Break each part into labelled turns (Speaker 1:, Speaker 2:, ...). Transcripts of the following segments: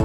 Speaker 1: อ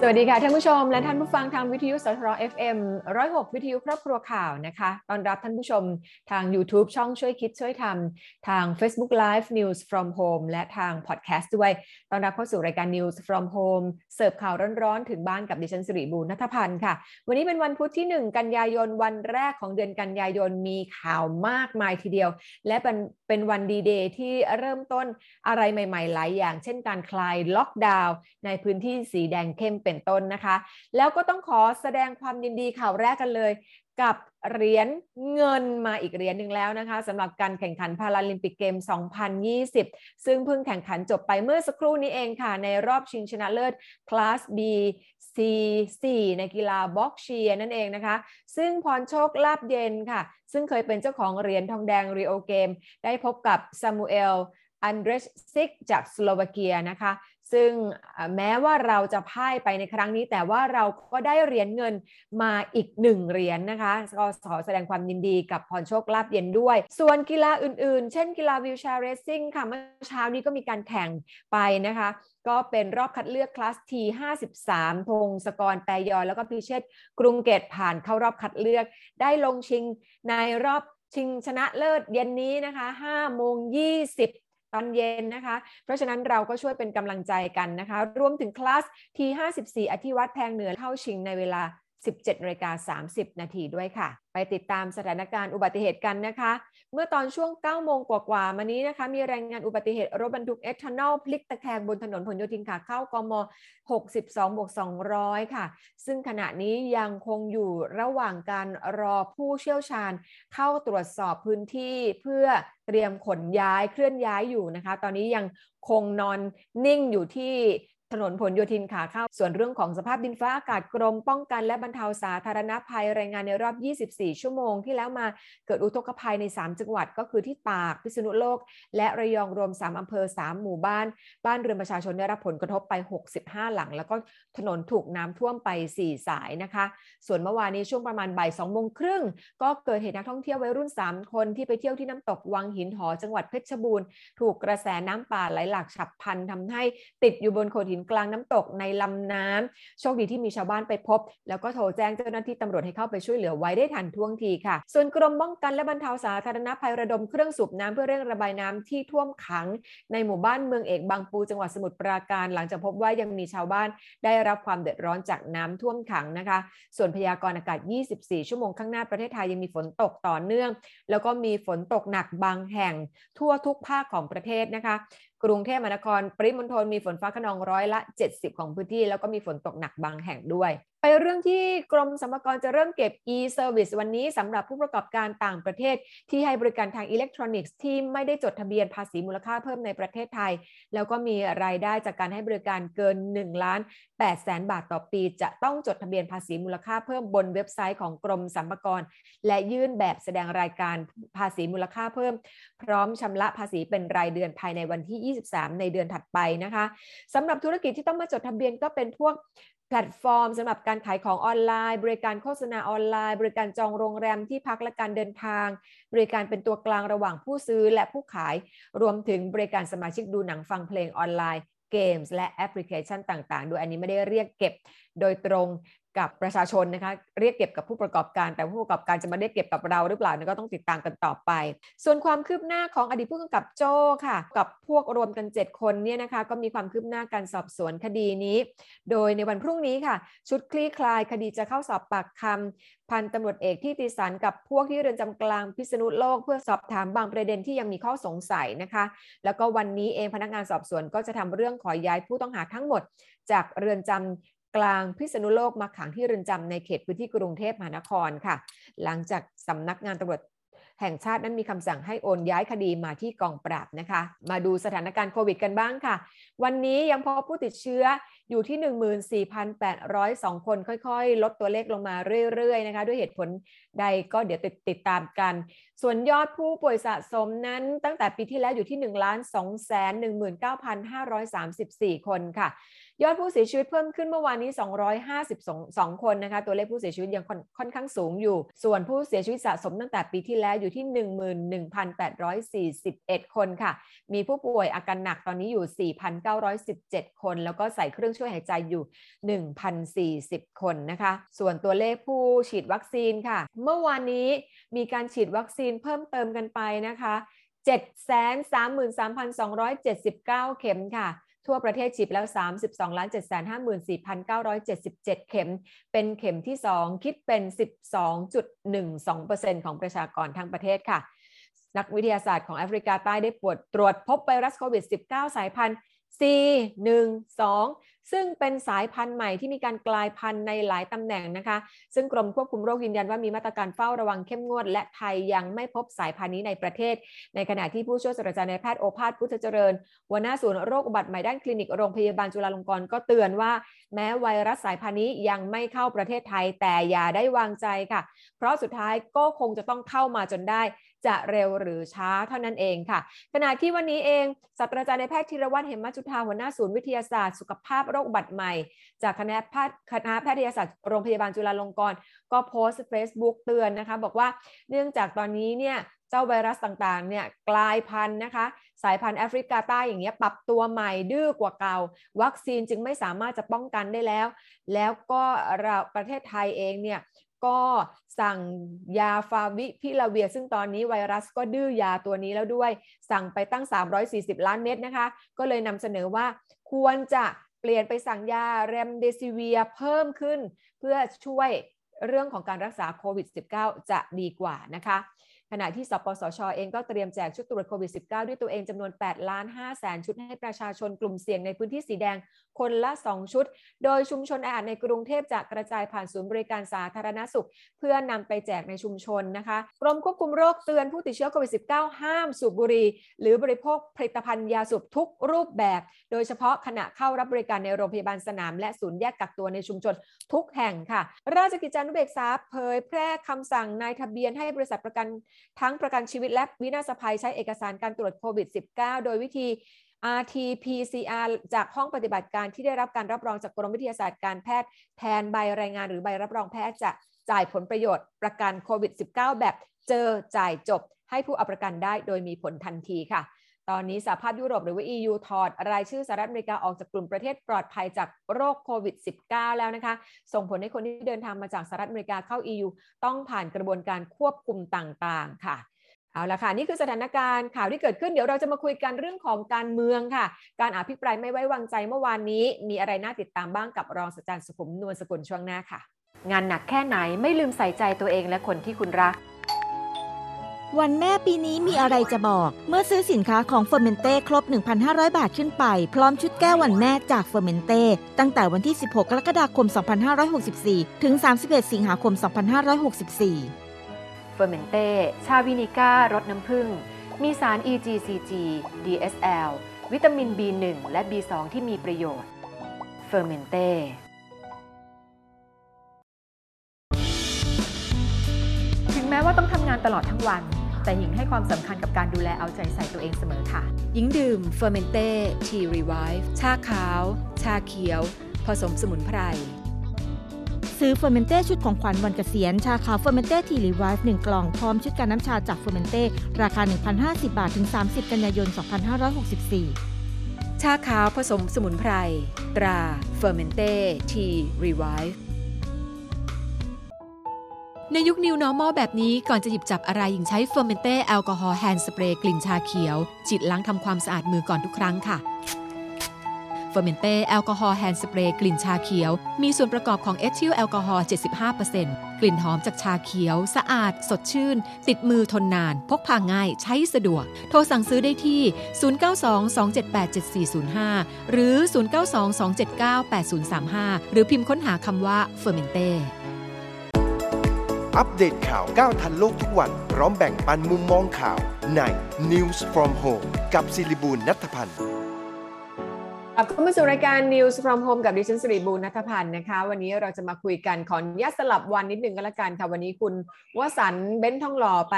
Speaker 2: สวัสดีค่ะท่านผู้ชม และท่านผู้ฟังทางวิทยุสทร FM 106 วิทยุครอบครัวข่าวนะคะต้อนรับท่านผู้ชมทาง YouTube ช่องช่วยคิดช่วยทำทาง Facebook Live News from Home และทาง Podcast ด้วยต้อนรับเข้าสู่รายการ News from Home เสิร์ฟข่าวร้อนๆ ถึงบ้านกับดิฉันสิริบูรณนัทพันธ์ค่ะ วันนี้เป็นวันพุธที่ 1 กันยายนวันแรกของเดือนกันยายนมีข่าวมากมายทีเดียว และเป็นเป็นวันดีเดย์ที่เริ่มต้น อะไรใหม่ ๆ หลายอย่าง เช่นการคลายล็อกดาวน์ในพื้นที่สีแดงเข้มเป็นต้นนะคะ แล้วก็ต้องขอแสดงความยินดีข่าวแรกกันเลย กับเหรียญเงินมาอีกเหรียญหนึ่งแล้วนะคะสำหรับการแข่งขันพาราลิมปิกเกม 2020 ซึ่งเพิ่งแข่งขันจบไปเมื่อสักครู่นี้เองค่ะ ในรอบชิงชนะเลิศคลาส B C 4ในกีฬาบ็อกเชียร์นั่นเองนะคะ ซึ่งพรโชคลาบเย็นค่ะ ซึ่งเคยเป็นเจ้าของเหรียญทองแดงรีโอเกม ได้พบกับซามูเอล อันเดรสซิกจากสโลวาเกียนะคะ ซึ่งเอ่อแม้ว่าเราจะพ่ายไปในครั้งนี้ แต่ว่าเราก็ได้เหรียญเงินมาอีกหนึ่งเหรียญนะคะก็ขอแสดงความยินดีกับพรโชคลาบเย็นด้วย ส่วนกีฬาอื่นๆ เช่นกีฬาวิวแชร์เรซิ่งค่ะเมื่อเช้านี้ก็มีการแข่งไปนะคะ ก็เป็นรอบคัดเลือกคลาสที53 พงศกรแปรยอยแล้วก็พิเชษกรุงเกตผ่านเข้ารอบคัดเลือก ได้ลงชิงในรอบชิงชนะเลิศเย็นนี้นะคะ5โมง20 ตอนเย็นนะคะ เพราะฉะนั้นเราก็ช่วยเป็นกำลังใจกันนะคะ รวมถึงคลาสที54 อธิวัตรแพงเหนือเข้าชิงในเวลา 17นาฬิกา30 นาทีด้วยค่ะ ไปติดตามสถานการณ์อุบัติเหตุกันนะคะ เมื่อตอนช่วง 9 โมงกว่าๆมานี้นะคะ มีรายงานอุบัติเหตุรถบรรทุกเอทานอลพลิกตะแคงบนถนนพหลโยธินขาเข้ากม 62บวก200 ค่ะ ซึ่งขณะนี้ยังคงอยู่ระหว่างการรอผู้เชี่ยวชาญ เข้าตรวจสอบพื้นที่เพื่อเตรียมขนย้ายเคลื่อนย้ายอยู่นะคะ ตอนนี้ยังคงนอนนิ่งอยู่ที่ถนนผลโยธินขาเข้า ส่วนเรื่องของสภาพดินฟ้าอากาศกรมป้องกันและบรรเทาสาธารณภัยรายงานในรอบ 24 ชั่วโมงที่แล้วมาเกิดอุทกภัยใน 3 จังหวัดก็คือที่ตากพิษณุโลก และระยองรวม 3 อำเภอ 3 หมู่บ้าน บ้านเรือนประชาชนได้รับผลกระทบไป 65 หลัง แล้วก็ถนนถูกน้ำท่วมไป 4 สายนะคะ ส่วนเมื่อวานนี้ช่วงประมาณบ่ายสองโมงครึ่ง ก็เกิดเหตุนักท่องเที่ยววัยรุ่น 3 คนที่ไปเที่ยวที่น้ำตกวังหินหอจังหวัดเพชรบูรณ์ ถูกกระแสน้ำป่าไหลหลากฉับพลันทำให้ติดอยู่บนโขดหินกลางน้ำตกในลำน้ำโชคดีที่มีชาวบ้านไปพบ แล้วก็โทรแจ้งเจ้าหน้าที่ตำรวจให้เข้าไปช่วยเหลือไว้ได้ทันท่วงทีค่ะ ส่วนกรมป้องกันและบรรเทาสาธารณภัยระดมเครื่องสูบน้ำเพื่อเร่งระบายน้ำที่ท่วมขัง ในหมู่บ้านเมืองเอกบางปูจังหวัดสมุทรปราการ หลังจากพบว่ายังมีชาวบ้านได้รับความเดือดร้อนจากน้ำท่วมขังนะคะ ส่วนพยากรณ์อากาศ 24 ชั่วโมงข้างหน้าประเทศไทยยังมีฝนตกต่อเนื่อง แล้วก็มีฝนตกหนักบางแห่ง ทั่วทุกภาคของประเทศนะคะ กรุงเทพมหานคร ปริมณฑลมีฝนฟ้าขนองร้อยละ 70 ของพื้นที่ แล้วก็มีฝนตกหนักบางแห่งด้วย ไปเรื่องที่กรมสรรพากรจะเริ่มเก็บ e-service วันนี้สำหรับผู้ประกอบการต่างประเทศ ที่ให้บริการทางอิเล็กทรอนิกส์ที่ไม่ได้จดทะเบียนภาษีมูลค่าเพิ่มในประเทศไทย แล้วก็มีรายได้จากการให้บริการเกิน1ล้าน8แสนบาทต่อปี จะต้องจดทะเบียนภาษีมูลค่าเพิ่มบนเว็บไซต์ของกรมสรรพากร และยื่นแบบแสดงรายการภาษีมูลค่าเพิ่ม พร้อมชำระภาษีเป็นรายเดือนภายในวันที่ 23 ในเดือนถัดไปนะคะสำหรับธุรกิจที่ต้องมาจดทะเบียนก็เป็นพวกแพลตฟอร์มสำหรับการขายของออนไลน์ บริการโฆษณาออนไลน์ บริการจองโรงแรมที่พักและการเดินทาง บริการเป็นตัวกลางระหว่างผู้ซื้อและผู้ขาย รวมถึงบริการสมาชิกดูหนังฟังเพลงออนไลน์ เกมส์และแอปพลิเคชันต่างๆ โดยอันนี้ไม่ได้เรียกเก็บโดยตรงกับประชาชนนะคะ เรียกเก็บกับผู้ประกอบการ แต่ผู้ประกอบการจะมาเรียกเก็บกับเราหรือเปล่าเนี่ยก็ต้องติดตามกันต่อไป ส่วนความคืบหน้าของอดีตผู้กำกับโจ้ค่ะ กับพวกรวมกัน 7 คนเนี่ยนะคะ ก็มีความคืบหน้าการสอบสวนคดีนี้ โดยในวันพรุ่งนี้ค่ะ ชุดคลี่คลายคดีจะเข้าสอบปากคำพันตำรวจเอกที่ติสันกับพวกที่เรือนจำกลางพิษณุโลก เพื่อสอบถามบางประเด็นที่ยังมีข้อสงสัยนะคะ แล้วก็วันนี้เองพนักงานสอบสวนก็จะทำเรื่องขอย้ายผู้ต้องหาทั้งหมด จากเรือนจำกลางพิษณุโลกมาขังที่เรือนจำในเขตพื้นที่กรุงเทพมหานครค่ะ หลังจากสำนักงานตำรวจแห่งชาตินั้นมีคำสั่งให้โอนย้ายคดีมาที่กองปราบนะคะ มาดูสถานการณ์โควิดกันบ้างค่ะ วันนี้ยังพบผู้ติดเชื้อ อยู่ที่ 14,802 คนค่อยๆ ลดตัวเลขลงมาเรื่อยๆนะคะ ด้วยเหตุผลใดก็เดี๋ยวติดติดตามกัน ส่วนยอดผู้ป่วยสะสมนั้นตั้งแต่ปีที่แล้วอยู่ที่ 1 2 1 9 5 3 4 คนค่ะ ยอดผู้เสียชีวิตเพิ่มขึ้นเมื่อวานนี้ 252 คนนะคะ ตัวเลขผู้เสียชีวิตยังค่อนค่อนข้างสูงอยู่ ส่วนผู้เสียชีวิตสะสมตั้งแต่ปีที่แล้วอยู่ที่ 11,841 คนค่ะ มีผู้ป่วยอาการหนักตอนนี้อยู่ 4,917 คน แล้วก็ใส่เครื่องช่วยหายใจอยู่ 1,040 คนนะคะ ส่วนตัวเลขผู้ฉีดวัคซีนค่ะ เมื่อวานนี้มีการฉีดวัคซีนเพิ่มเติมกันไปนะคะ 733,279 เข็มค่ะ ทั่วประเทศฉีดแล้ว 32ล้าน754,977 เข็ม เป็นเข็มที่ 2 คิดเป็น 12.12%ของประชากรทั้งประเทศค่ะ นักวิทยาศาสตร์ของแอฟริกาใต้ได้ปวดตรวจพบไวรัสโควิด -19 สายพันธุ์ C12 ซึ่งเป็นสายพันธุ์ใหม่ที่มีการกลายพันธุ์ในหลายตำแหน่งนะคะ ซึ่งกรมควบคุมโรคยืนยันว่ามีมาตรการเฝ้าระวังเข้มงวด และไทยยังไม่พบสายพันธุ์นี้ในประเทศ ในขณะที่ผู้ช่วยศาสตราจารย์นายแพทย์โอภาสพุทธเจริญ หัวหน้าศูนย์โรคอุบัติใหม่ด้านคลินิกโรงพยาบาลจุฬาลงกรณ์ก็เตือนว่า แม้ไวรัสสายพันธุ์นี้ยังไม่เข้าประเทศไทยแต่อย่าได้วางใจค่ะ เพราะสุดท้ายก็คงจะต้องเข้ามาจนได้ จะเร็วหรือช้าเท่านั้นเองค่ะ ขณะที่วันนี้เองศาสตราจารย์นายแพทย์ธีรวัฒน์เหมจุฑาหัวหน้าศูนย์วิทยาศาสตร์สุขภาพโรคอุบัติใหม่ จากคณะแพทย์คณะแพทยศาสตร์โรงพยาบาลจุฬาลงกรณ์ก็โพสต์ Facebook เตือนนะคะ บอกว่าเนื่องจากตอนนี้เนี่ยเจ้าไวรัสต่างๆเนี่ยกลายพันธุ์นะคะ สายพันธุ์แอฟริกาใต้อย่างเงี้ยปรับตัวใหม่ดื้อกว่าเก่า วัคซีนจึงไม่สามารถจะป้องกันได้แล้ว แล้วก็เราประเทศไทยเองเนี่ยก็สั่งยาฟาวิพิลาเวีย ซึ่งตอนนี้ไวรัสก็ดื้อยาตัวนี้แล้วด้วย สั่งไปตั้ง 340 ล้านเม็ดนะคะ ก็เลยนำเสนอว่าควรจะเปลี่ยนไปสั่งยาเรมเดซิเวียเพิ่มขึ้น เพื่อช่วยเรื่องของการรักษาโควิด -19 จะดีกว่านะคะ ขณะที่สปสชอเองก็เตรียมแจกชุดตรวจโควิด -19 ด้วยตัวเองจำนวน 8 ล้าน5แสนชุดให้ประชาชนกลุ่มเสี่ยงในพื้นที่สีแดงคนละ 2 ชุด โดยชุมชนอาหารในกรุงเทพจะกระจายผ่านศูนย์บริการสาธารณสุข เพื่อนำไปแจกในชุมชนนะคะ กรมควบคุมโรคเตือนผู้ติดเชื้อโควิด -19 ห้ามสูบบุหรี่หรือบริโภคผลิตภัณฑ์ยาสูบทุกรูปแบบ โดยเฉพาะขณะเข้ารับบริการในโรงพยาบาลสนาม และศูนย์แยกกักตัวในชุมชนทุกแห่งค่ะ ราชกิจจานุเบกษาเผยแพร่คำสั่งนายทะเบียนให้บริษัทประกันทั้งประกันชีวิตและวินาศภัยใช้เอกสารการตรวจโควิด -19 โดยวิธี RT-PCR จากห้องปฏิบัติการที่ได้รับการรับรองจากกรมวิทยาศาสตร์การแพทย์แทนใบรายงานหรือใบรับรองแพทย์จะจ่ายผลประโยชน์ประกันโควิด -19 แบบเจอจ่ายจบ ให้ผู้เอาประกันได้โดยมีผลทันทีค่ะ ตอนนี้สหภาพยุโรปหรือว่า EU ถอด รายชื่อสหรัฐอเมริกาออกจากกลุ่มประเทศปลอดภัยจากโรคโควิด -19 แล้วนะคะ ส่งผลให้คนที่เดินทางมาจากสหรัฐอเมริกาเข้า EU ต้องผ่านกระบวนการควบคุมต่างๆ ค่ะ เอาละค่ะ นี่คือสถานการณ์ข่าวที่เกิดขึ้นเดี๋ยวเราจะมาคุยกันเรื่องของการเมืองค่ะ การอภิปรายไม่ไว้วางใจเมื่อวานนี้ มีอะไรน่าติดตามบ้างกับรองศาสตราจารย์สุขุมนวลสกุลช่วงหน้าค่ะ
Speaker 3: งานหนักแค่ไหนไม่ลืมใส่ใจตัวเองและคนที่คุณรัก
Speaker 4: วันแม่ปีนี้มีอะไรจะบอก เมื่อซื้อสินค้าของเฟอร์เมนเต้ครบ 1,500 บาทขึ้นไป พร้อมชุดแก้ววันแม่จากเฟอร์เมนเต้ตั้งแต่วันที่ 16 กรกฎาคม 2564 ถึง 31 สิงหาคม 2564
Speaker 3: เฟอร์เมนเต้ชาวินิก้ารสน้ำผึ้งมีสาร EGCG DSL วิตามิน B1 และ B2 ที่มีประโยชน์เฟอร์เมนเต้
Speaker 2: ถึงแม้ว่าต้องทำงานตลอดทั้งวัน แต่หญิงให้ความสำคัญกับการดูแลเอาใจใส่ตัวเองเสมอค่ะ
Speaker 5: หญิงดื่มเฟอร์เมนเต้ทีรีไวฟ์ชาขาว ชาเขียว ผสมสมุนไพร
Speaker 4: ซื้อเฟอร์เมนเต้ชุดของขวัญวันเกษียณ ชาขาวเฟอร์เมนเต้ทีรีไวฟ์หนึ่งกล่อง พร้อมชุดการน้ำชาจากเฟอร์เมนเต้ราคา 1,050 บาท ถึง 30 กันยายน 2564
Speaker 5: ชาขาวผสมสมุนไพร ตราเฟอร์เมนเต้ทีรีไวฟ์ในยุค New Normal แบบนี้ก่อนจะหยิบจับอะไรหญิงใช้เฟอร์เมนเต้แอลกอฮอล์แฮนด์สเปรย์กลิ่นชาเขียว จิตล้างทำความสะอาดมือก่อนทุกครั้งค่ะ เฟอร์เมนเต้แอลกอฮอล์แฮนด์สเปรย์กลิ่นชาเขียว มีส่วนประกอบของเอทิลแอลกอฮอล์ 75%กลิ่นหอมจากชาเขียว สะอาด สดชื่น ติดมือทนนาน พกพาง่าย ใช้สะดวก โทรสั่งซื้อได้ที่ 092-278-7405 หรือ 092-279-8035 หรือพิมพ์ค้นหาคำว่าเฟอร์เมนเต้
Speaker 1: อัปเดตข่าวก้าวทันโลกทุกวันพร้อมแบ่งปันมุมมองข่าวใน News from Home กับศิริบูลนัทพันธ์
Speaker 2: กลับเข้ามาสู่รายการ News from Home กับดิฉันสิริบูรณนัทพันธ์นะคะ วันนี้เราจะมาคุยกันขออนุญาตสลับวันนิดนึงก็แล้วกันค่ะ วันนี้คุณวสันต์เบ้นทองหล่อไป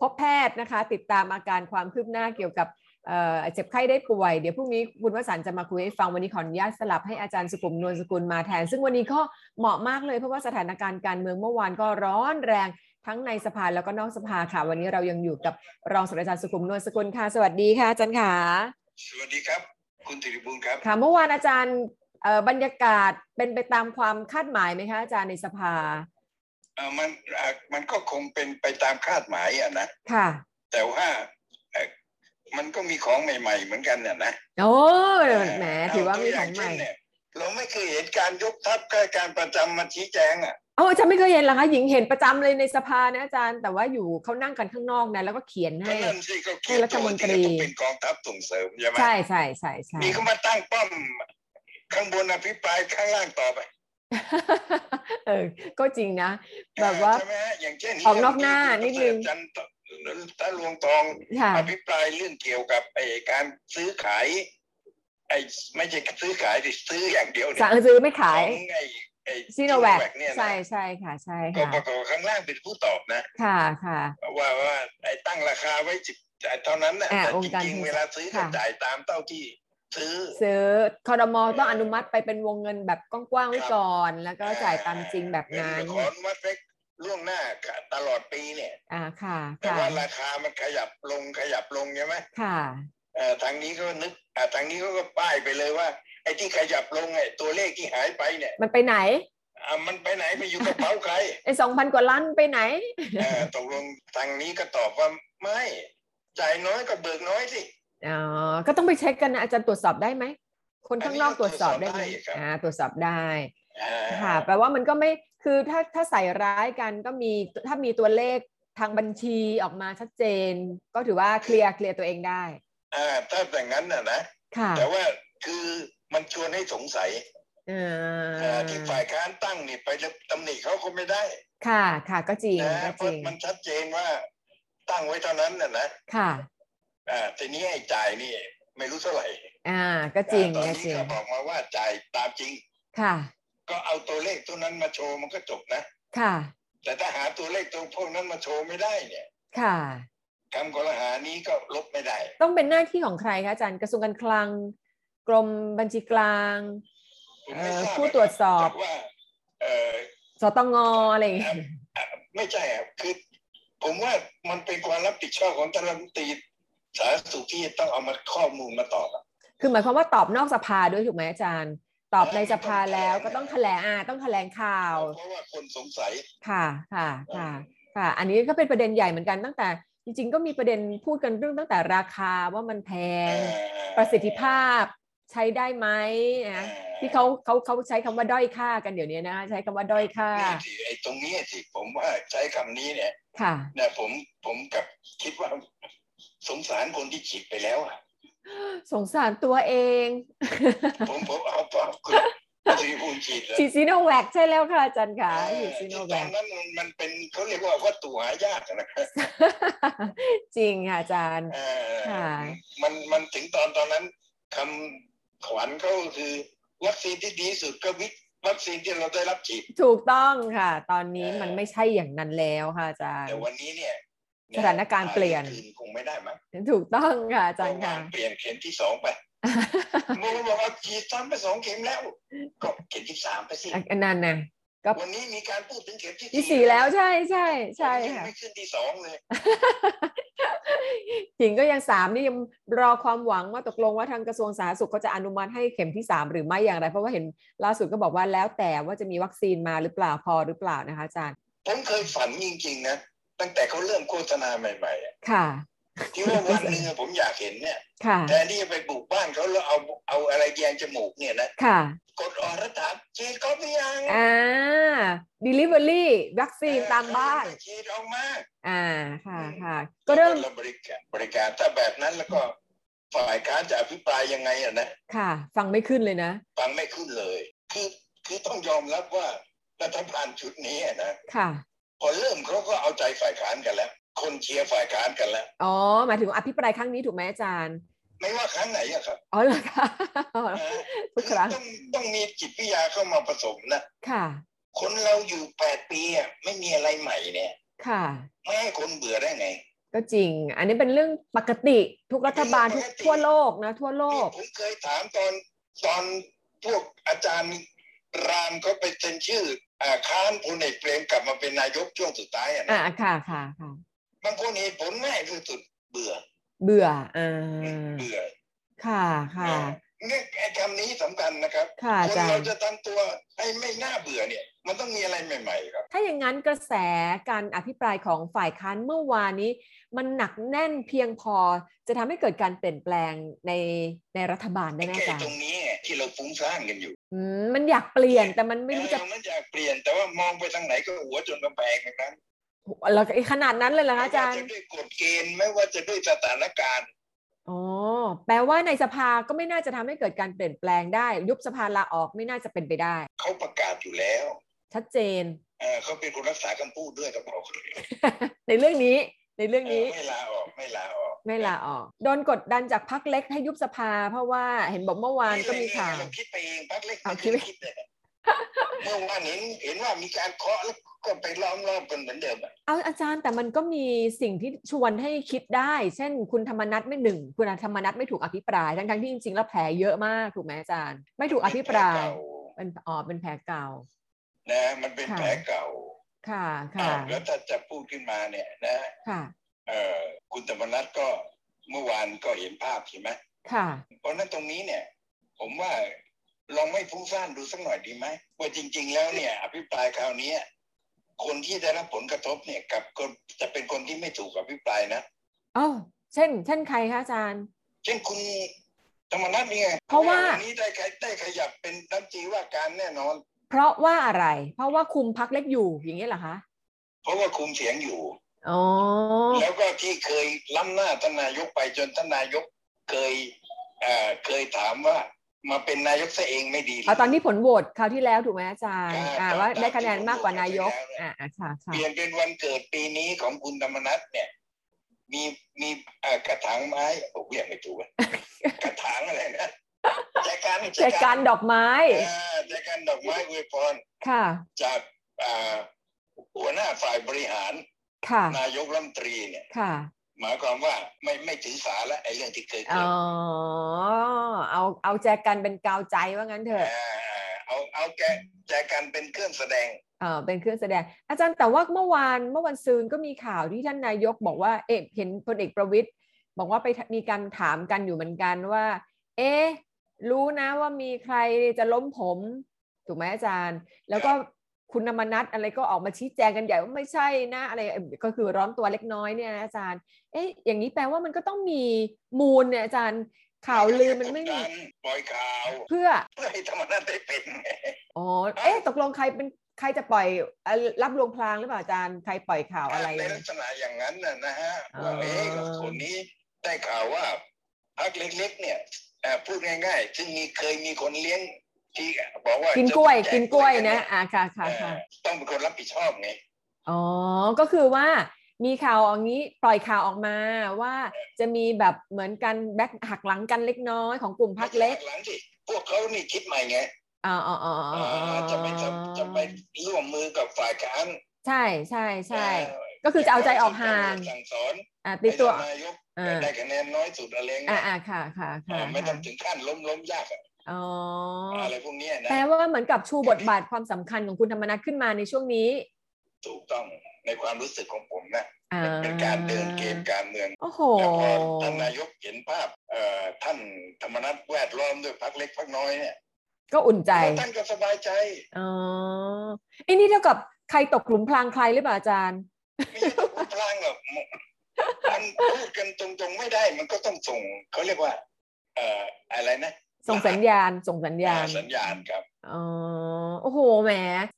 Speaker 2: พบแพทย์นะคะ ติดตามอาการความคืบหน้าเกี่ยวกับเอ่อเจ็บไข้ได้ป่วย เดี๋ยวพรุ่งนี้คุณวสันต์จะมาคุยให้ฟังวันนี้ขออนุญาตสลับให้อาจารย์สุขุมนวลสกุลมาแทน ซึ่งวันนี้ก็เหมาะมากเลยเพราะว่าสถานการณ์การเมืองเมื่อวานก็ร้อนแรงทั้งในสภาแล้วก็นอกสภาค่ะ วันนี้เรายังอยู่กับรองศาสตราจารย์สุขุมนวลสกุลค่ะสวัสดีค่ะอาจารย์ค่ะ
Speaker 6: สวัสดีครับ คุณติริบูลครับ
Speaker 2: ค่ะเมื่อวานอาจารย์เอ่อบรรยากาศเป็นไปตามความคาดหมายไหมคะอาจารย์ในสภา
Speaker 6: เอ่อมันอ่ะมันก็คงเป็นไปตามคาดหมายอะนะ
Speaker 2: ค่ะ
Speaker 6: แต่ว่าเอ่อมันก็มีของใหม่ ๆ เหมือนกันน่ะนะ
Speaker 2: โอ้
Speaker 6: เอ่อ
Speaker 2: แหมถือว่ามี
Speaker 6: เตั
Speaker 2: ขอ
Speaker 6: ย่
Speaker 2: งใหม่
Speaker 6: เช่นเนี่ยเราไม่เคยเห็นการยกทัพข้าราชการประจำมาชี้แจงอ่ะ
Speaker 2: เอ้าอาจารย์ไม่เคยเห็นเหรอคะหญิงเห็นประจำเลยในสภานะอาจารย์ แต่ว่าอยู่เขานั่งกันข้างนอกนะแล้วก็เขียน
Speaker 6: ก็
Speaker 2: ให้
Speaker 6: นั่นสิก็
Speaker 2: ให้
Speaker 6: คิด
Speaker 2: รัฐมนตรี
Speaker 6: ตัวที่จะต้องเป็นกองทัพส่งเสริมใช่ไหม
Speaker 2: ใช่ใช่ใช่ใช่
Speaker 6: มีเขามาตั้งป้อม ข้างบนอภิปรายข้างล่างต่อไป
Speaker 2: เออก็จริงนะ แบบว่า
Speaker 6: ใช่ไหมฮะอย่างเช่น
Speaker 2: ออกนอกหน้านิดนึง
Speaker 6: จันทร์ตะลวงทอง
Speaker 2: ค่ะ
Speaker 6: อภิปรายเรื่องเกี่ยวกับไอ้การซื้อขายไอ้ไม่ใช่ซื้อขายดิซื้ออย่างเดียวเนี่ย
Speaker 2: สั่งซื้อไม่ขาย
Speaker 6: ของไอ้ไอ้
Speaker 2: ซีโนแวค
Speaker 6: เนี่ยนะ
Speaker 2: ใช่ใช่ค่ะใช่
Speaker 6: ก็
Speaker 2: ค่ะ
Speaker 6: ปรากฏว่าข้างล่างเป็นผู้ตอบนะ
Speaker 2: ค่ะค่ะ
Speaker 6: ว่าว่าไอ้ตั้งราคาไว้สิบเท่านั้นนะ
Speaker 2: อ่า
Speaker 6: แต่
Speaker 2: อง
Speaker 6: จ
Speaker 2: ค์การ
Speaker 6: ริง
Speaker 2: เพศ
Speaker 6: ๆเวลาซื้อก็
Speaker 2: ค่ะ
Speaker 6: จ่ายตามเท่าที่ซื้อ
Speaker 2: ซื้อคอรมอต้องอนุมัติไปเป็นวงเงินแบบกว้างๆไว้ก่อน แล้วก็จ่ายตามจริงแบบนั้น
Speaker 6: เงิขออนุมัติไว้ล่วงหน้าตลอดปีเนี่ย
Speaker 2: อ่าค่ะ
Speaker 6: แต่
Speaker 2: ค่ะ
Speaker 6: ว่าราคามันขยับลงขยับลงใช่ไหม
Speaker 2: ค่ะ
Speaker 6: เอ่อทางนี้ก็นึกอ่าทางนี้เขาก็ป้ายไปเลยว่า ไอ้ที่ขยับลงไอ้ตัวเลขที่หายไปเนี่ย
Speaker 2: มันไปไหน
Speaker 6: อ่ามันไปไหนไปอยู่กระเป๋าใค ร
Speaker 2: ไอ้สองพันกว่าล้านไปไหน
Speaker 6: เอ่อตกลงทางนี้ก็ตอบว่าไม่จ่ายน้อยก็เบิกน้อยสิ
Speaker 2: อ๋อ ก็ต้องไปเช็คกันนะอาจารย์ตรวจสอบได้ไหม คนข้างนอก
Speaker 6: อัน
Speaker 2: ต
Speaker 6: นี้ก็
Speaker 2: รวจสอบได้ไหม
Speaker 6: ตรวจสอบได้ครับ
Speaker 2: อ่าตรวจสอบได้
Speaker 6: อ่า
Speaker 2: ค่ะแปลว่ามันก็ไม่คือถ้าถ้าใส่ร้ายกันก็มีถ้ามีตัวเลขทางบัญชีออกมาชัดเจน ก็ถือว่าเคลียร์เคลียร์ตัวเองได้
Speaker 6: อ่าถ้าอย่างนั้นน่ะนะ
Speaker 2: ค่ะ
Speaker 6: แต่ว่าคือมันชวนให้สงสัย
Speaker 2: เอ
Speaker 6: เอ่
Speaker 2: อ
Speaker 6: อที่ฝ่ายค้านตั้งนี่ไปตำหนิเขาก็ไม่ได้
Speaker 2: ค่ะค่ะก็จริง
Speaker 6: นะ
Speaker 2: ก็
Speaker 6: เพ
Speaker 2: จริ
Speaker 6: ราะ
Speaker 2: ง
Speaker 6: มันชัดเจนว่าตั้งไว้เท่านั้นน่ะนะ
Speaker 2: ค่ะ
Speaker 6: อ่าทีนี้ไอ้จ่ายนี่ไม่รู้เท่าไหร่
Speaker 2: อ่าก็จริง
Speaker 6: อ่าตอน
Speaker 2: ก็จ
Speaker 6: นี้
Speaker 2: ริง
Speaker 6: ก็บอกมาว่าจ่ายตามจริง
Speaker 2: ค่ะ
Speaker 6: ก็เอาตัวเลขตัวนั้นมาโชว์มันก็จบนะ
Speaker 2: ค่ะ
Speaker 6: แต่ถ้าหาตัวเลขตัวพวกนั้นมาโชว์ไม่ได้เนี่ย
Speaker 2: ค่ะ
Speaker 6: คำกล่าวหานี้ก็ลบไม่ได้
Speaker 2: ต้องเป็นหน้าที่ของใครคะอาจารย์กระทรวงการคลัง กรมบัญชีกลาง
Speaker 6: ผมไม่
Speaker 2: เอ่อ
Speaker 6: ทาบ
Speaker 2: ผู้ตรวจสอบ
Speaker 6: แต่ว่าเออ
Speaker 2: สตงอะไรอย่างเงี้ย
Speaker 6: ไม่ใช่ครับคือ ผมว่ามันเป็นความรับผิดชอบของท่านรัฐมนตรีสาธารณสุขที่ต้องเอามาข้อมูลมาตอบอะ
Speaker 2: คือหมายความว่าตอบนอกสภาด้วยถูกไหมอาจารย์ ตอบในสภาแล้ว
Speaker 6: ไม่
Speaker 2: ก็
Speaker 6: ต้
Speaker 2: ต้อ
Speaker 6: อง ง
Speaker 2: แถ
Speaker 6: แถ
Speaker 2: ล
Speaker 6: ล
Speaker 2: ง
Speaker 6: ง
Speaker 2: อ่าต้องแถลงข่าว
Speaker 6: เพราะว่าคนสงสัย
Speaker 2: ค่ะค่ะค่ะค่ะ อันนี้ก็เป็นประเด็นใหญ่เหมือนกันตั้งแต่ จริง ๆ ก็มีประเด็นพูดกันเรื่องตั้งแต่ราคาว่ามันแพ
Speaker 6: เ
Speaker 2: ง
Speaker 6: อ่อ
Speaker 2: ประสิทธิภาพใช้ได้ไหม
Speaker 6: อ่
Speaker 2: นะที่เขาเขาเขาใช้คำว่าด้อยค่ากันเดี๋ยวนี้นะใช้คำว่าด้อยค่า
Speaker 6: นี่สิไอ้ตรงนี้สิผมว่าใช้คำนี้เนี่ย
Speaker 2: ค่ะ
Speaker 6: นะผมผมกลับคิดว่าสงสารคนที่ฉีดไปแล้วอะ
Speaker 2: สงสารตัวเอง
Speaker 6: ผมผมเอาตอบคุณสีภูมิจิตเลย
Speaker 2: ฉีดซีโนแวคใช่แล้วค่ะอาจารย์ค่ะ
Speaker 6: เอ
Speaker 2: ฉี
Speaker 6: อ
Speaker 2: ดซีโน
Speaker 6: ที่
Speaker 2: แว
Speaker 6: ตอน
Speaker 2: ค
Speaker 6: นั้นมันมันเป็นเขาเรียกว่าวัตถุหายากนะครับ
Speaker 2: จริงค่ะอาจารย์
Speaker 6: เออ
Speaker 2: ค่ะ
Speaker 6: มันมันถึงตอนตอนนั้นคำขวัญเขาก็คือ วัคซีนที่ดีที่สุดก็วิวัคซีนที่เราได้รับฉีด
Speaker 2: ถูกต้องค่ะ ตอนนี้
Speaker 6: เออ
Speaker 2: มันไม่ใช่อย่างนั้นแล้วค่ะอาจารย์
Speaker 6: แต่วันนี้เนี่ย
Speaker 2: สถานการณ์เปลี่ยน
Speaker 6: หาที่คืคงไม่ได้มั้ง
Speaker 2: ถูกต้องค่ะอาจารย์
Speaker 6: เพะว่
Speaker 2: ค่ะ
Speaker 6: เปลี่ยนเข็มที่สองไปมึงบอกว่าฉีดซ้ำไปสองเข็มแล้ว ก็เข็มที่สามไปสิ
Speaker 2: อันนั้นนะ
Speaker 6: วันนี้มีการพูดถึงเข็มที่
Speaker 2: ที่สี่แล้วใช่ใช่ใช่
Speaker 6: ยัง
Speaker 2: ค่ะ
Speaker 6: ไม่ขึ้นที่สองเลย
Speaker 2: หญิงก็ยังสามนี่ยังรอความหวังว่าตกลงว่าทางกระทรวงสาธารณสุขเขาจะอนุมัติให้เข็มที่สามหรือไม่อย่างไร เพราะว่าเห็นล่าสุดก็บอกว่าแล้วแต่ว่าจะมีวัคซีนมาหรือเปล่าพอหรือเปล่านะคะอาจารย์
Speaker 6: ผมเคยฝันจริงๆนะตั้งแต่เขาเริ่มโฆษณาใหม่ๆอะ
Speaker 2: ค่ะ
Speaker 6: ที่ว่าวันหนึงอะผมอยากเห็นเนี่ย
Speaker 2: ค่ะ
Speaker 6: แทนที่จะไปบุกบ้านเขาแล้วเอาเอาอะไรแยงจมูกเนี่ยนะ
Speaker 2: ค่ะ
Speaker 6: กดออรัฐามฉีดก็ไม่ยัง
Speaker 2: อ่า delivery วัคซีนตามบ้าน
Speaker 6: ฉีดออกมา
Speaker 2: อ่า ค่ะ ค่ะ ก็เริ่ม
Speaker 6: แล้วบริการบริการถ้าแบบนั้นแล้วก็ฝ่ายค้านจะอภิปรายยังไงอะนะ
Speaker 2: ค่ะ ฟังไม่ขึ้นเลยนะ
Speaker 6: ฟังไม่ขึ้นเลย คือคือต้องยอมรับว่ารัฐบาลชุดนี้อะนะ
Speaker 2: ค่ะ
Speaker 6: พอเริ่มเขาก็เอาใจฝ่ายค้านกันแล้ว คนเชียร์ฝ่ายค้านกันแล้ว
Speaker 2: อ๋อ หมายถึงอภิปรายครั้งนี้ถูกไหมอาจารย์
Speaker 6: ไม่ว่าครั้งไหนอะครับ
Speaker 2: อ๋อเหรอคะ
Speaker 6: นะฮะ
Speaker 2: ทุกครั้ง
Speaker 6: ต้องต้องมีจิตวิทยาเข้ามาผสมนะ
Speaker 2: ค่ะ
Speaker 6: คนเราอยู่แปดปีอะไม่มีอะไรใหม่เนี่ย
Speaker 2: ค่ะ
Speaker 6: ไม่ให้คนเบื่อได้ไง
Speaker 2: ก็จริง อันนี้เป็นเรื่องปกติทุกรัฐบาลทุก
Speaker 6: ปกติ
Speaker 2: ทั่วโลกนะ ทั่วโลก
Speaker 6: ผมเคยถามตอนตอนพวกอาจารย์รามเขาไปเซ็นชื่ออ่าค้านพลเอกเปรมกลับมาเป็นนายกช่วงสุดท้ายอะ
Speaker 2: อ่า
Speaker 6: นะ
Speaker 2: ค่ะค่ะค่ะ
Speaker 6: บางคนเหตุผลง่ายที่สุดเบื่อ
Speaker 2: เบื่ออ่
Speaker 6: อา เบื่อ
Speaker 2: ค่ะค่ะ
Speaker 6: เนี่ยไอ้คำนี้สำคัญนะครับ
Speaker 2: ค่ะอา
Speaker 6: คน
Speaker 2: จาร
Speaker 6: เรา
Speaker 2: ย์
Speaker 6: จะทำตัวให้ไม่น่าเบื่อเนี่ย มันต้องมีอะไรใหม่ ๆ ครับ
Speaker 2: ถ้าอย่างนั้นกระแสการอภิปรายของฝ่ายค้านเมื่อวานนี้ มันหนักแน่นเพียงพอจะทำให้เกิดการเปลี่ยนแปลงในในรัฐบาลได้ไหม
Speaker 6: แก้
Speaker 2: อาจาร
Speaker 6: ตร
Speaker 2: ย์
Speaker 6: งนี้ที่เราฟุ้งซ่านกันอยู่
Speaker 2: อืมมันอยากเปลี่ยนแต่มันไม่รู้จะ
Speaker 6: เออมันอยากเปลี่ยนแต่ว่ามองไปทางไหนก็หัวจนกำแพงทั้งนั้น
Speaker 2: แล้วขนาดนั้นเลยเหรอ
Speaker 6: ไม่
Speaker 2: คะอาจา
Speaker 6: ว่าร
Speaker 2: ย์
Speaker 6: จะด้วยกฎเกณฑ์ไม่ว่าจะด้วยสถานการณ์
Speaker 2: อ๋อแปลว่าในสภาก็ไม่น่าจะทำให้เกิดการเปลี่ยนแปลงได้ ยุบสภาลาออกไม่น่าจะเป็นไปได้
Speaker 6: เขาประกาศอยู่แล้ว
Speaker 2: ชัดเจน
Speaker 6: เอ่อเขาเป็นคนรักษาคำพูดด้วยต้องบอกเลย
Speaker 2: ในเรื่องนี้ในเรื่อง
Speaker 6: เอ่อ
Speaker 2: นี้
Speaker 6: ไม่ลาออกไม่ลาออก
Speaker 2: ไม่ลาออกโดนกดดันจากพักเล็กให้ยุบสภา เพราะว่าเห็นบอกเมื่อวานก็มีข่าว
Speaker 6: เราคิดไปเองพักเล็ก
Speaker 2: เอา
Speaker 6: ไม่
Speaker 2: คิดไป
Speaker 6: คิดเลยเมื่อวานเห็นเห็นว่ามีการเคาะแล้วก็ไปล้อมรอบกันเหมือนเดิมอะ
Speaker 2: เอาอาจารย์แต่มันก็มีสิ่งที่ชวนให้คิดได้ เช่น คุณธรรมนัฐไม่หนึ่ง คุณธรรมนัฐไม่ถูกอภิปรายทั้งทั้งๆที่จริงๆแล้วแผลเยอะมากถูกไหมอาจารย์ ไม่ถูกอภิปรายเป็นอ๋อเป็นแผลเก่า
Speaker 6: นะมันเป็น
Speaker 2: ค่ะ
Speaker 6: แผลเก่า
Speaker 2: ค่ะค่ะ
Speaker 6: แล้วถ้าจะพูดขึ้นมาเนี่ยนะ
Speaker 2: ค่ะ
Speaker 6: เอ่อคุณธรรมนัฐก็เมื่อวานก็เห็นภาพใช่ไหม
Speaker 2: ค่ะ
Speaker 6: เพราะฉะนั้นตรงนี้เนี่ย ผมว่าลองไม่ฟุ้งซ่านดูสักหน่อยดีไหมว่าจริง ๆ แล้วเนี่ย อภิปรายคราวเนี้ยคนที่ได้รับผลกระทบเนี่ยกับคนจะเป็นคนที่ไม่ถูกอภิปรายนะ
Speaker 2: เอ้าเช่น เช่นใครคะอาจารย์
Speaker 6: เช่นคุณธรรมนัฐนี่ไง
Speaker 2: เพราะว่า
Speaker 6: นนี้ได้ขยได้ขยับเป็นรัฐมนตรีว่าการแน่นอน
Speaker 2: เพราะว่าอะไร เพราะว่าคุมพักเล็กอยู่อย่างนี้เหรอคะ
Speaker 6: เพราะว่าคุมเสียงอยู่
Speaker 2: อ๋อ
Speaker 6: แล้วก็ที่เคยล้ำหน้าท่านนายกไปจนท่านนายกเคยเอ่อเคยถามว่ามาเป็นนายกซะเองไม่ดีหรื
Speaker 2: เอาตอนที่ผลโหวตคราวที่แล้วถูกไหมอาจารย์อ่าว่าได้คะแนนมากกว่านายกอ่าอ่าค่ะ
Speaker 6: เป
Speaker 2: ค่ะ
Speaker 6: ลี่ยนเป็นวันเกิดปีนี้ของคุณธรรมนัฐเนี่ย มีมีเอ่อกระถางไม้ผมเรียกไม่ถู กอะ กระถางอะไรนะแจกัน
Speaker 2: แจกการดอกไม้
Speaker 6: เออแจกันดอกไม้อวยพร
Speaker 2: ค่ะ
Speaker 6: จากอ่าหัวหน้าฝ่ายบริหาร
Speaker 2: ค่ะ
Speaker 6: นายกรัฐมนตรีเนี่ย
Speaker 2: ค่ะ
Speaker 6: หมายความว่าไม่ไม่ถือสาละไอ้เรื่องที่เคยเกิ
Speaker 2: อ๋
Speaker 6: ด
Speaker 2: อ เอา เอาแจกันเป็นกาวใจว่างั้นเถอะ
Speaker 6: าเอาเอาแกแจกันเป็นเครื่องแสดง
Speaker 2: เออเป็นเครื่องแสดง อาจารย์แต่ว่าเมื่อวาน เมื่อวันซืนก็มีข่าวที่ท่านนายกบอกว่า เอะเห็นพลเอกประวิตยบอกว่าไปมีการถามกันอยู่เหมือนกันว่า เอ๊ะ รู้นะว่ามีใครจะล้มผม ถูกไหมอาจารย์ แล้วก็คุณนมนัทอะไรก็ออกมาชี้แจงกันใหญ่ว่าไม่ใช่นะ อะไร ก็คือร้อนตัวเล็กน้อยเนี่ยนะอาจารย์ เอ๊ะ อย่างนี้แปลว่ามันก็ต้องมีมูลเนี่ยอาจารย์ ข่าวลือมันไม่มี
Speaker 6: ปล่อยข่าว
Speaker 2: เพื่อ
Speaker 6: เพื่อให้ธรรมนัฐได้เป็นไง
Speaker 2: อ๋อ เอ๊ะ ตกลงใครเป็นใครจะปล่อยเอ่อรับลวงพลางหรือเปล่าอาจารย์ ใครปล่อยข่าวอะไร
Speaker 6: ใน
Speaker 2: เนี่ย
Speaker 6: ลักษณะอย่างนั้นน่ะนะฮะ
Speaker 2: อ๋อ
Speaker 6: ว่าเอ๊ะคนนี้ได้ข่าวว่าพรรคเล็กๆเนี่ยเอ่อพูดง่ายๆ ซึ่งมีเคยมีคนเลี้ยงที่บอกว่า
Speaker 2: กิ
Speaker 6: กิ
Speaker 2: นกล้วย กินกล้วยนะ อ่าค่ะค่ะค่ะ
Speaker 6: ต้องเป็นคนรับผิดชอบไง
Speaker 2: อ๋อ ก็คือว่ามีข่าวอย่างนี้ปล่อยข่าวออกมาว่าจะมีแบบเหมือนกันแบ็คหักหลังกันเล็กน้อยของกลุ่มพักเล็ก
Speaker 6: หลังสิพวกเขานี่คิดใหม่ไง
Speaker 2: อ๋ออ๋ออ๋ออ๋ออ๋อ
Speaker 6: จะไปทำจะไปร่วมมือกับฝ่ายการ
Speaker 2: ใช่ใช่ใช่
Speaker 6: เ
Speaker 2: ก็คือจะเอาใจออกห่าง
Speaker 6: สั่งสอน
Speaker 2: อ่าตีตัว
Speaker 6: ให้นายก
Speaker 2: อ่า
Speaker 6: ได้คะแนนน้อยสุดอะไรเงี้
Speaker 2: อ่าย อ่าค่ะค่ะค่ะ
Speaker 6: อ่าไม่
Speaker 2: ค่ะ
Speaker 6: ต้องถึงขั้นล้มล้มยากอะ
Speaker 2: อ๋อ
Speaker 6: อะไรพวกเนี้ยนะ
Speaker 2: แปลว่าเหมือนกับชูบทบาทความสำคัญของคุณธรรมนัทขึ้นมาในช่วงนี้
Speaker 6: ถูกต้องในความรู้สึกของผมนะ
Speaker 2: อ่า
Speaker 6: มันเป็นการเดินเกมการเมือง
Speaker 2: โอ้โห
Speaker 6: แต่พอท่านนายกเห็นภาพเอ่อท่านธรรมนัฐแวดล้อมด้วยพักเล็กพักน้อยเนี่ย
Speaker 2: ก็อุ่นใจ
Speaker 6: ท่านก็สบายใจ
Speaker 2: อ๋อไอ้นี่เท่ากับใครตกกลุ่มพรางใครหรือเปล่าอาจารย์
Speaker 6: ไม่ต้องพูดพลางหรอกมันพูดกันตรงๆไม่ได้ มันก็ต้องส่งเขาเรียกว่า เอ่ออะไรนะ
Speaker 2: ส่งสัญญาณ ส่งสัญญาณ
Speaker 6: อ่สัญญาณครับ
Speaker 2: อ๋อ โอ้โห แหม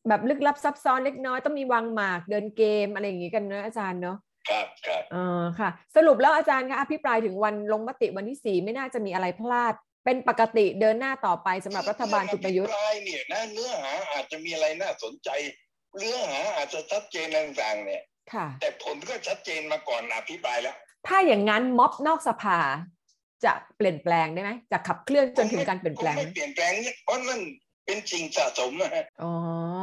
Speaker 2: แบบลึกลับซับซ้อนเล็กน้อยต้องมีวางหมากเดินเกมอะไรอย่างงี้กันเนอะอาจารย์เนอะ
Speaker 6: ครับครับ
Speaker 2: เออค่ะ สรุปแล้วอาจารย์คะอภิปรายถึงวันลงมติวันที่สี่ไม่น่าจะมีอะไรพลาด เป็นปกติเดินหน้าต่อไปสำหรับรัฐบาลคุณประยุทธ์
Speaker 6: เรื่องอภิปรายเนี่ยนะเนื้อหาอาจจะมีอะไรน่าสนใจ เนื้อหาอาจจะชัดเจนต่างๆเนี่ย
Speaker 2: ค่ะ
Speaker 6: แต่ผลก็ชัดเจนมาก่อนอภิปรายแล้ว
Speaker 2: ถ้าอย่างนั้นม็อบนอกสภา จะเปลี่ยนแปลงได้ไหมจากขับเคลื่อนจนถึงการเปลี่ยน
Speaker 6: ค
Speaker 2: แปล
Speaker 6: ง
Speaker 2: งไห
Speaker 6: ไม่
Speaker 2: ม
Speaker 6: เปลี่ยนแปลงเนี่ยเพราะนั่นเป็นสิ่งสะสมนะฮะ
Speaker 2: อ๋อ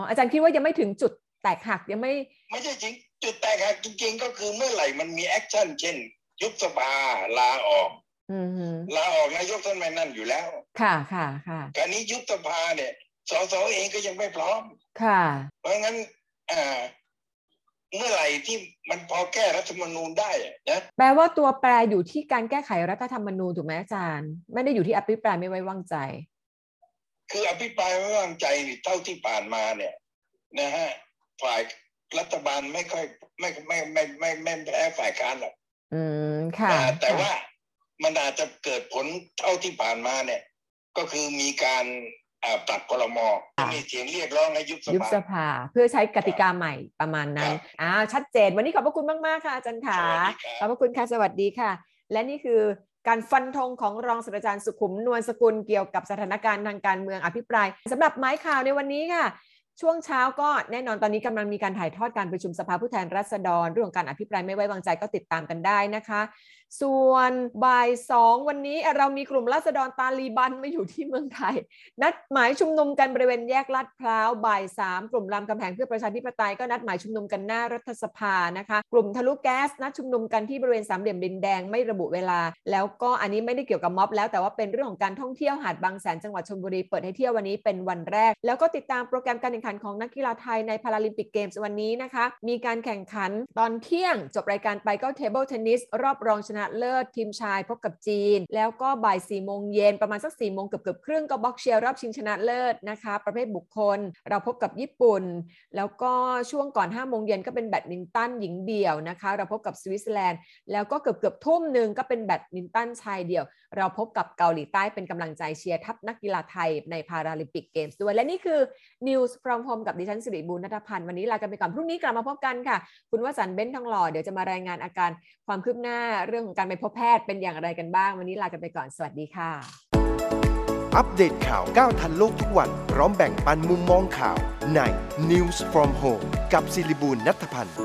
Speaker 2: อาจารย์คิดว่ายังไม่ถึงจุดแตกหักยังไม่
Speaker 6: ไม่ใช่จริง จุดแตกหักจริง ๆ ก็คือเมื่อไหร่มันมีแอคชั่นเช่น ยุบสภาลาออก
Speaker 2: อืมฮึ
Speaker 6: ลาออกนายกท่านไม่นั่นอยู่แล้ว
Speaker 2: ค่ะค่ะค่ะ
Speaker 6: การนี้ยุบสภาเนี่ยสสเองก็ยังไม่พร้อม
Speaker 2: ค่ะ
Speaker 6: เพราะงั้นอ่าเมื่อไหร่ที่มันพอแก้รัฐธรรมนูญได้อะนะ
Speaker 2: แปลว่าตัวแปรอยู่ที่การแก้ไขรัฐธรรมนูญถูกไหมอาจารย์ ไม่ได้อยู่ที่อภิปรายไม่ไว้วางใจ
Speaker 6: คืออภิปรายไม่วางใจนี่เท่าที่ผ่านมาเนี่ย นะฮะฝ่ายรัฐบาลไม่ค่อยไม่ไม่ไม่ไม่ไม่ไม่แพ้ฝ่ายค้านหรอก
Speaker 2: อืมค่ะ
Speaker 6: นะฮะแต่
Speaker 2: ค่ะ
Speaker 6: ว่ามันอาจจะเกิดผลเท่าที่ผ่านมาเนี่ย ก็คือมีการอ่าปรับคลมมีเสียงเรียกร้องให้ยุบส
Speaker 2: ยุบ
Speaker 6: ภา
Speaker 2: สภาเพื่อใช้กติกาใหม่ประมาณนั้น
Speaker 6: ครับ
Speaker 2: อ่าชัดเจนวันนี้ขอบพระคุณมาก ๆ ค่ะอาจารย์ขา
Speaker 6: สวัสดีครับ
Speaker 2: ขอบพระคุณค่ะสวัสดีค่ะ และนี่คือการฟันธงของรองศาสตราจารย์สุขุมนวลสกุลเกี่ยวกับสถานการณ์ทางการเมืองอภิปรายสำหรับไม้ข่าวในวันนี้ค่ะ ช่วงเช้าก็แน่นอนตอนนี้กำลังมีการถ่ายทอดการประชุมสภาผู้แทนราษฎรเรื่องของการอภิปรายไม่ไว้วางใจก็ติดตามกันได้นะคะ ส่วนบ่ายสองวันนี้เรามีกลุ่มราษฎรตาลีบันมาอยู่ที่เมืองไทย นัดหมายชุมนุมกันบริเวณแยกลาดพร้าวบ่ายสามกลุ่มรามคำแหงเพื่อประชาธิปไตยก็นัดหมายชุมนุมกันหน้ารัฐสภานะคะ กลุ่มทะลุแก๊สนัดชุมนุมกันที่บริเวณสามเหลี่ยมดินแดงไม่ระบุเวลา แล้วก็อันนี้ไม่ได้เกี่ยวกับม็อบแล้วแต่ว่าเป็นเรื่องของการท่องเที่ยวหาดบางแสนจังหวัดชลบุรีเปิดให้เที่ยววันนี้เป็นวันแรก แล้วก็ติดตามโปรแกรมการแข่งขันของนักกีฬาไทยในพาราลิมปิกเกมส์วันนี้นะคะ มีการแข่งขันตอนเที่ยง จบรายการไปก็เทเบิลเทนนิสรอบรองชนะเลิศทีมชายพบกับจีน แล้วก็บ่าย4ี่โมงเย็นประมาณสัก4ี่โมงเกือบเกือบๆครึ่งก็บ็อกเชียร์รอบชิงชนะเลิศนะคะ ประเภทบุคคล เราพบกับญี่ปุ่น แล้วก็ช่วงก่อน5้าโมงเย็นก็เป็นแบดมินตันหญิงเดี่ยวนะคะ เราพบกับสวิตเซอร์แลนด์ แล้วก็เกือบเกือบๆทุ่มหนึ่งก็เป็นแบดมินตันชายเดี่ยว เราพบกับเกาหลีใต้เป็นกำลังใจเชียร์ทัพนักกีฬาไทยในพาราลิมปิกเกมส์ด้วย และนี่คือ News from Home กับดิฉันสิริบูรณัฐพันธ์วันนี้ลากันไปก่อนพรุ่งนี้กลับมาพบกันค่ะ คุณวสันต์เบ้นทองหล่อเดี๋ยวจะมารายงานอาการความคืบหน้าเรื่องของการไปพบแพทย์เป็นอย่างไรกันบ้าง วันนี้ลากันไปก่อนสวัสดีค่ะ
Speaker 1: อัปเดตข่าวก้าวทันโลกทุกวัน พร้อมแบ่งปันมุมมองข่าวใน News from Home กับศิริบูลนัทพันธ์